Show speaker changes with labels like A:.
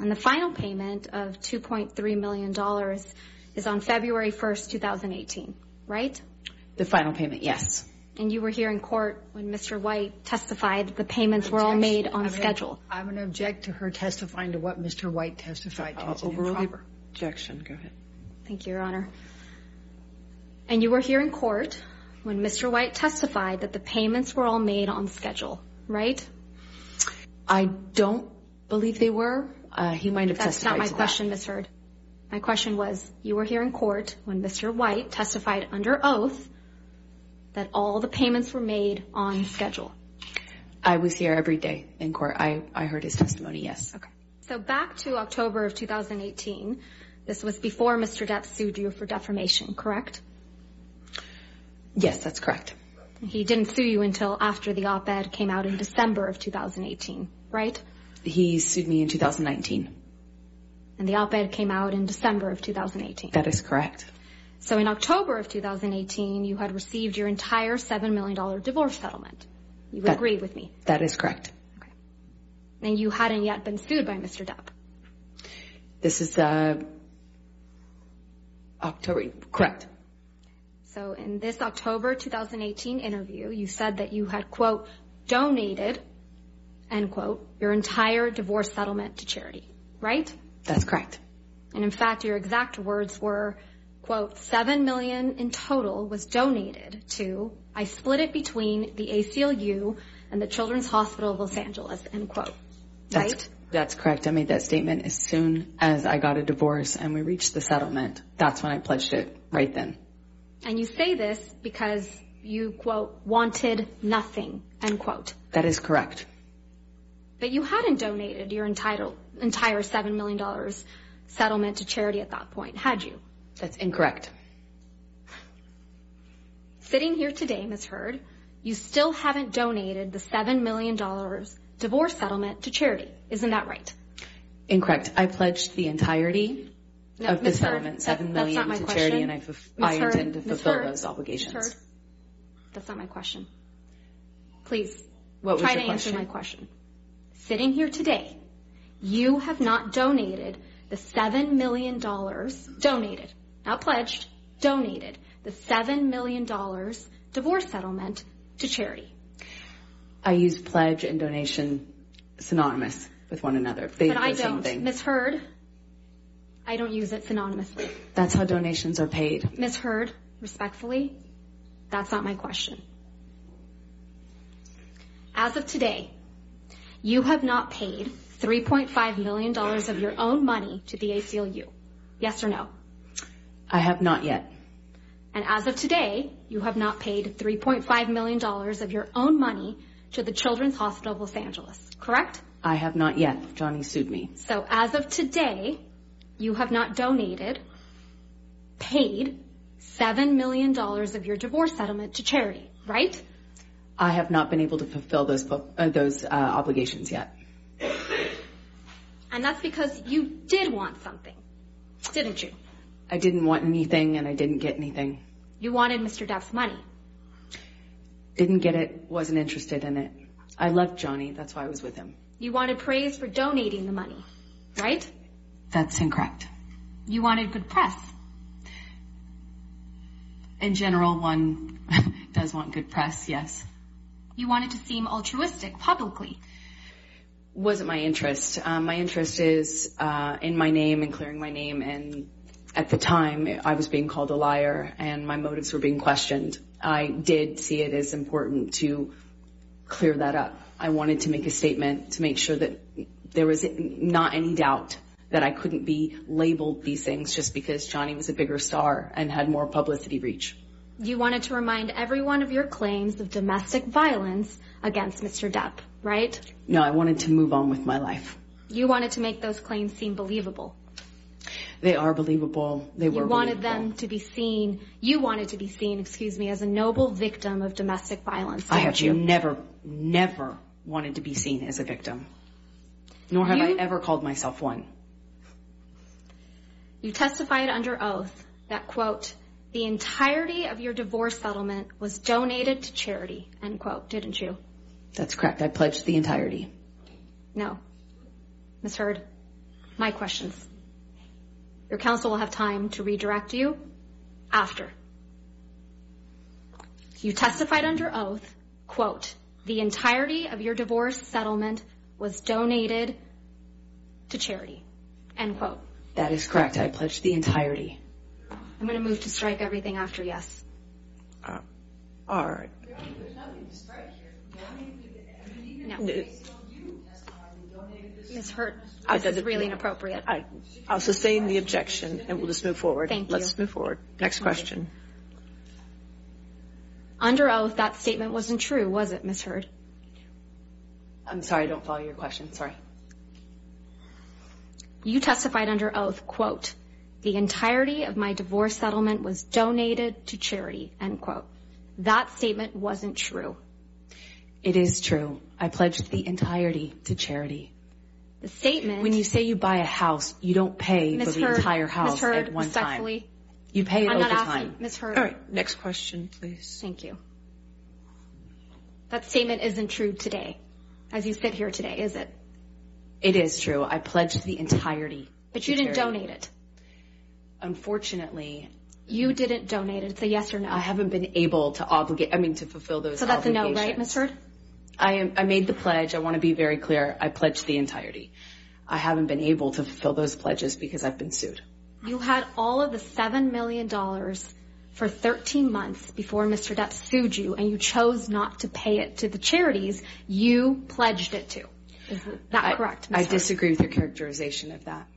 A: And the final payment of $2.3 million is on February 1st, 2018, right?
B: The final payment, yes.
A: And you were here in court when Mr. White testified that the payments were all made
C: I'm
A: on
C: gonna-
A: schedule.
C: I'm going to object to her testifying to what Mr. White testified to. It's improper.
B: Objection, go ahead.
A: Thank you, Your Honor. And you were here in court when Mr. White testified that the payments were all made on schedule, right?
B: I don't believe they were. Uh, He might have
A: That's
B: testified
A: not
B: to
A: my
B: that.
A: question, Ms. Hurd. My question was, you were here in court when Mr. White testified under oath that all the payments were made on schedule.
B: I was here every day in court. I, I heard his testimony, yes.
A: Okay. So back to October of 2018, this was before Mr. Depp sued you for defamation, correct?
B: Yes, that's correct.
A: He didn't sue you until after the op-ed came out in December of 2018, right?
B: He sued me in 2019.
A: And the op-ed came out in December of 2018.
B: That is correct.
A: So in October of 2018, you had received your entire $7 million divorce settlement. You would
B: That-
A: agree with me.
B: That is correct.
A: And you hadn't yet been sued by Mr. Depp.
B: This is uh, October, correct.
A: So in this October 2018 interview, you said that you had, quote, donated, end quote, your entire divorce settlement to charity, right?
B: That's correct.
A: And in fact, your exact words were, quote, seven million in total was donated to, I split it between the ACLU and the Children's Hospital of Los Angeles, end quote.
B: That's,
A: right?
B: That's correct. I made that statement as soon as I got a divorce and we reached the settlement. That's when I pledged it, right then.
A: And you say this because you, quote, wanted nothing, end quote.
B: That is correct.
A: But you hadn't donated your entitle, entire $7 million settlement to charity at that point, had you?
B: That's incorrect.
A: Sitting here today, Ms. Heard, you still haven't donated the $7 million divorce settlement to charity. Isn't that right?
B: Incorrect. I pledged the entirety
A: No,
B: of the
A: Ms. Hurd,
B: settlement,
A: that-
B: seven
A: that's not
B: million
A: my
B: to charity,
A: question.
B: and I, fulf-
A: Ms.
B: I
A: Hurd,
B: intend to
A: Ms.
B: fulfill
A: Hurd,
B: those
A: Ms. Hurd,
B: obligations.
A: That's not my question. Please,
B: What was
A: try to
B: your
A: answer
B: question?
A: my question. Sitting here today, you have not donated the $7 million, donated, not pledged, donated, the $7 million divorce settlement to charity.
B: I use pledge and donation synonymous with one another. They
A: But
B: do
A: I
B: the same
A: don't.
B: thing.
A: Ms. Heard, I don't use it synonymously.
B: That's how donations are paid.
A: Ms. Heard, respectfully, that's not my question. As of today, you have not paid $3.5 million of your own money to the ACLU. Yes or no?
B: I have not yet.
A: And as of today, you have not paid $3.5 million of your own money to the Children's Hospital of Los Angeles, correct?
B: I have not yet. Johnny sued me.
A: So as of today, you have not donated, paid $7 million of your divorce settlement to charity, right?
B: I have not been able to fulfill those bu- uh, those uh, obligations yet.
A: And that's because you did want something, didn't you?
B: I didn't want anything, and I didn't get anything.
A: You wanted Mr. Duff's money.
B: Didn't get it. Wasn't interested in it. I loved Johnny. That's why I was with him.
A: You wanted praise for donating the money, right?
B: That's incorrect.
A: You wanted good press.
B: In general, one does want good press. Yes.
A: You wanted to seem altruistic publicly.
B: wasn't my interest. Um, my interest is uh, in my name and clearing my name. And at the time, I was being called a liar, and my motives were being questioned. I did see it as important to clear that up. I wanted to make a statement to make sure that there was not any doubt that I couldn't be labeled these things just because Johnny was a bigger star and had more publicity reach.
A: You wanted to remind everyone of your claims of domestic violence against Mr. Depp, right?
B: No, I wanted to move on with my life.
A: You wanted to make those claims seem believable.
B: They are believable. They were
A: You wanted
B: believable.
A: them to be seen, you wanted to be seen, excuse me, as a noble victim of domestic violence.
B: I have
A: didn't you.
B: never, never wanted to be seen as a victim. Nor have
A: You-
B: I ever called myself one.
A: You testified under oath that, quote, the entirety of your divorce settlement was donated to charity, end quote, didn't you?
B: That's correct. I pledged the entirety.
A: No. Ms. Heard, my questions. Your counsel will have time to redirect you after. You testified under oath, quote, "The entirety of your divorce settlement was donated to charity," end quote.
B: That is correct. I pledged the entirety.
A: I'm going to move to strike everything after yes.
D: Uh, All right.
A: Ms. Hurt,
D: I
A: this is
D: did-
A: really inappropriate.
D: I, I'll sustain the objection and we'll just move forward.
A: Thank you.
D: Let's move forward. Next question.
A: Under oath, that statement wasn't true, was it, Ms. Hurd?
B: I'm sorry, I don't follow your question. Sorry.
A: You testified under oath, quote, "The entirety of my divorce settlement was donated to charity," end quote. That statement wasn't true.
B: It is true. I pledged the entirety to charity.
A: The statement,
B: When you say you buy a house, you don't pay
A: Ms.
B: for the
A: Hurd,
B: entire
A: Ms.
B: house
A: Hurd,
B: at one time.
A: respectfully,
B: You pay it
A: I'm
B: over
A: not
B: time.
A: asking, Ms. Hurd.
D: All right. Next question, please.
A: Thank you. That statement isn't true today, as you sit here today, is it?
B: It is true. I pledged the entirety.
A: But you didn't
B: charity.
A: donate it.
B: Unfortunately,
A: You didn't donate it. It's a yes or no.
B: I haven't been able to obligate. I mean, to fulfill those.
A: so that's a no,
B: obligations.
A: right, Ms. Hurd?
B: I am. I made the pledge. I want to be very clear. I pledged the entirety. I haven't been able to fulfill those pledges because I've been sued.
A: You had all of the $7 million for 13 months before Mr. Depp sued you, and you chose not to pay it to the charities you pledged it to. Is that
B: I-
A: correct? Ms.
B: I
A: Hurd?
B: disagree with your characterization of that.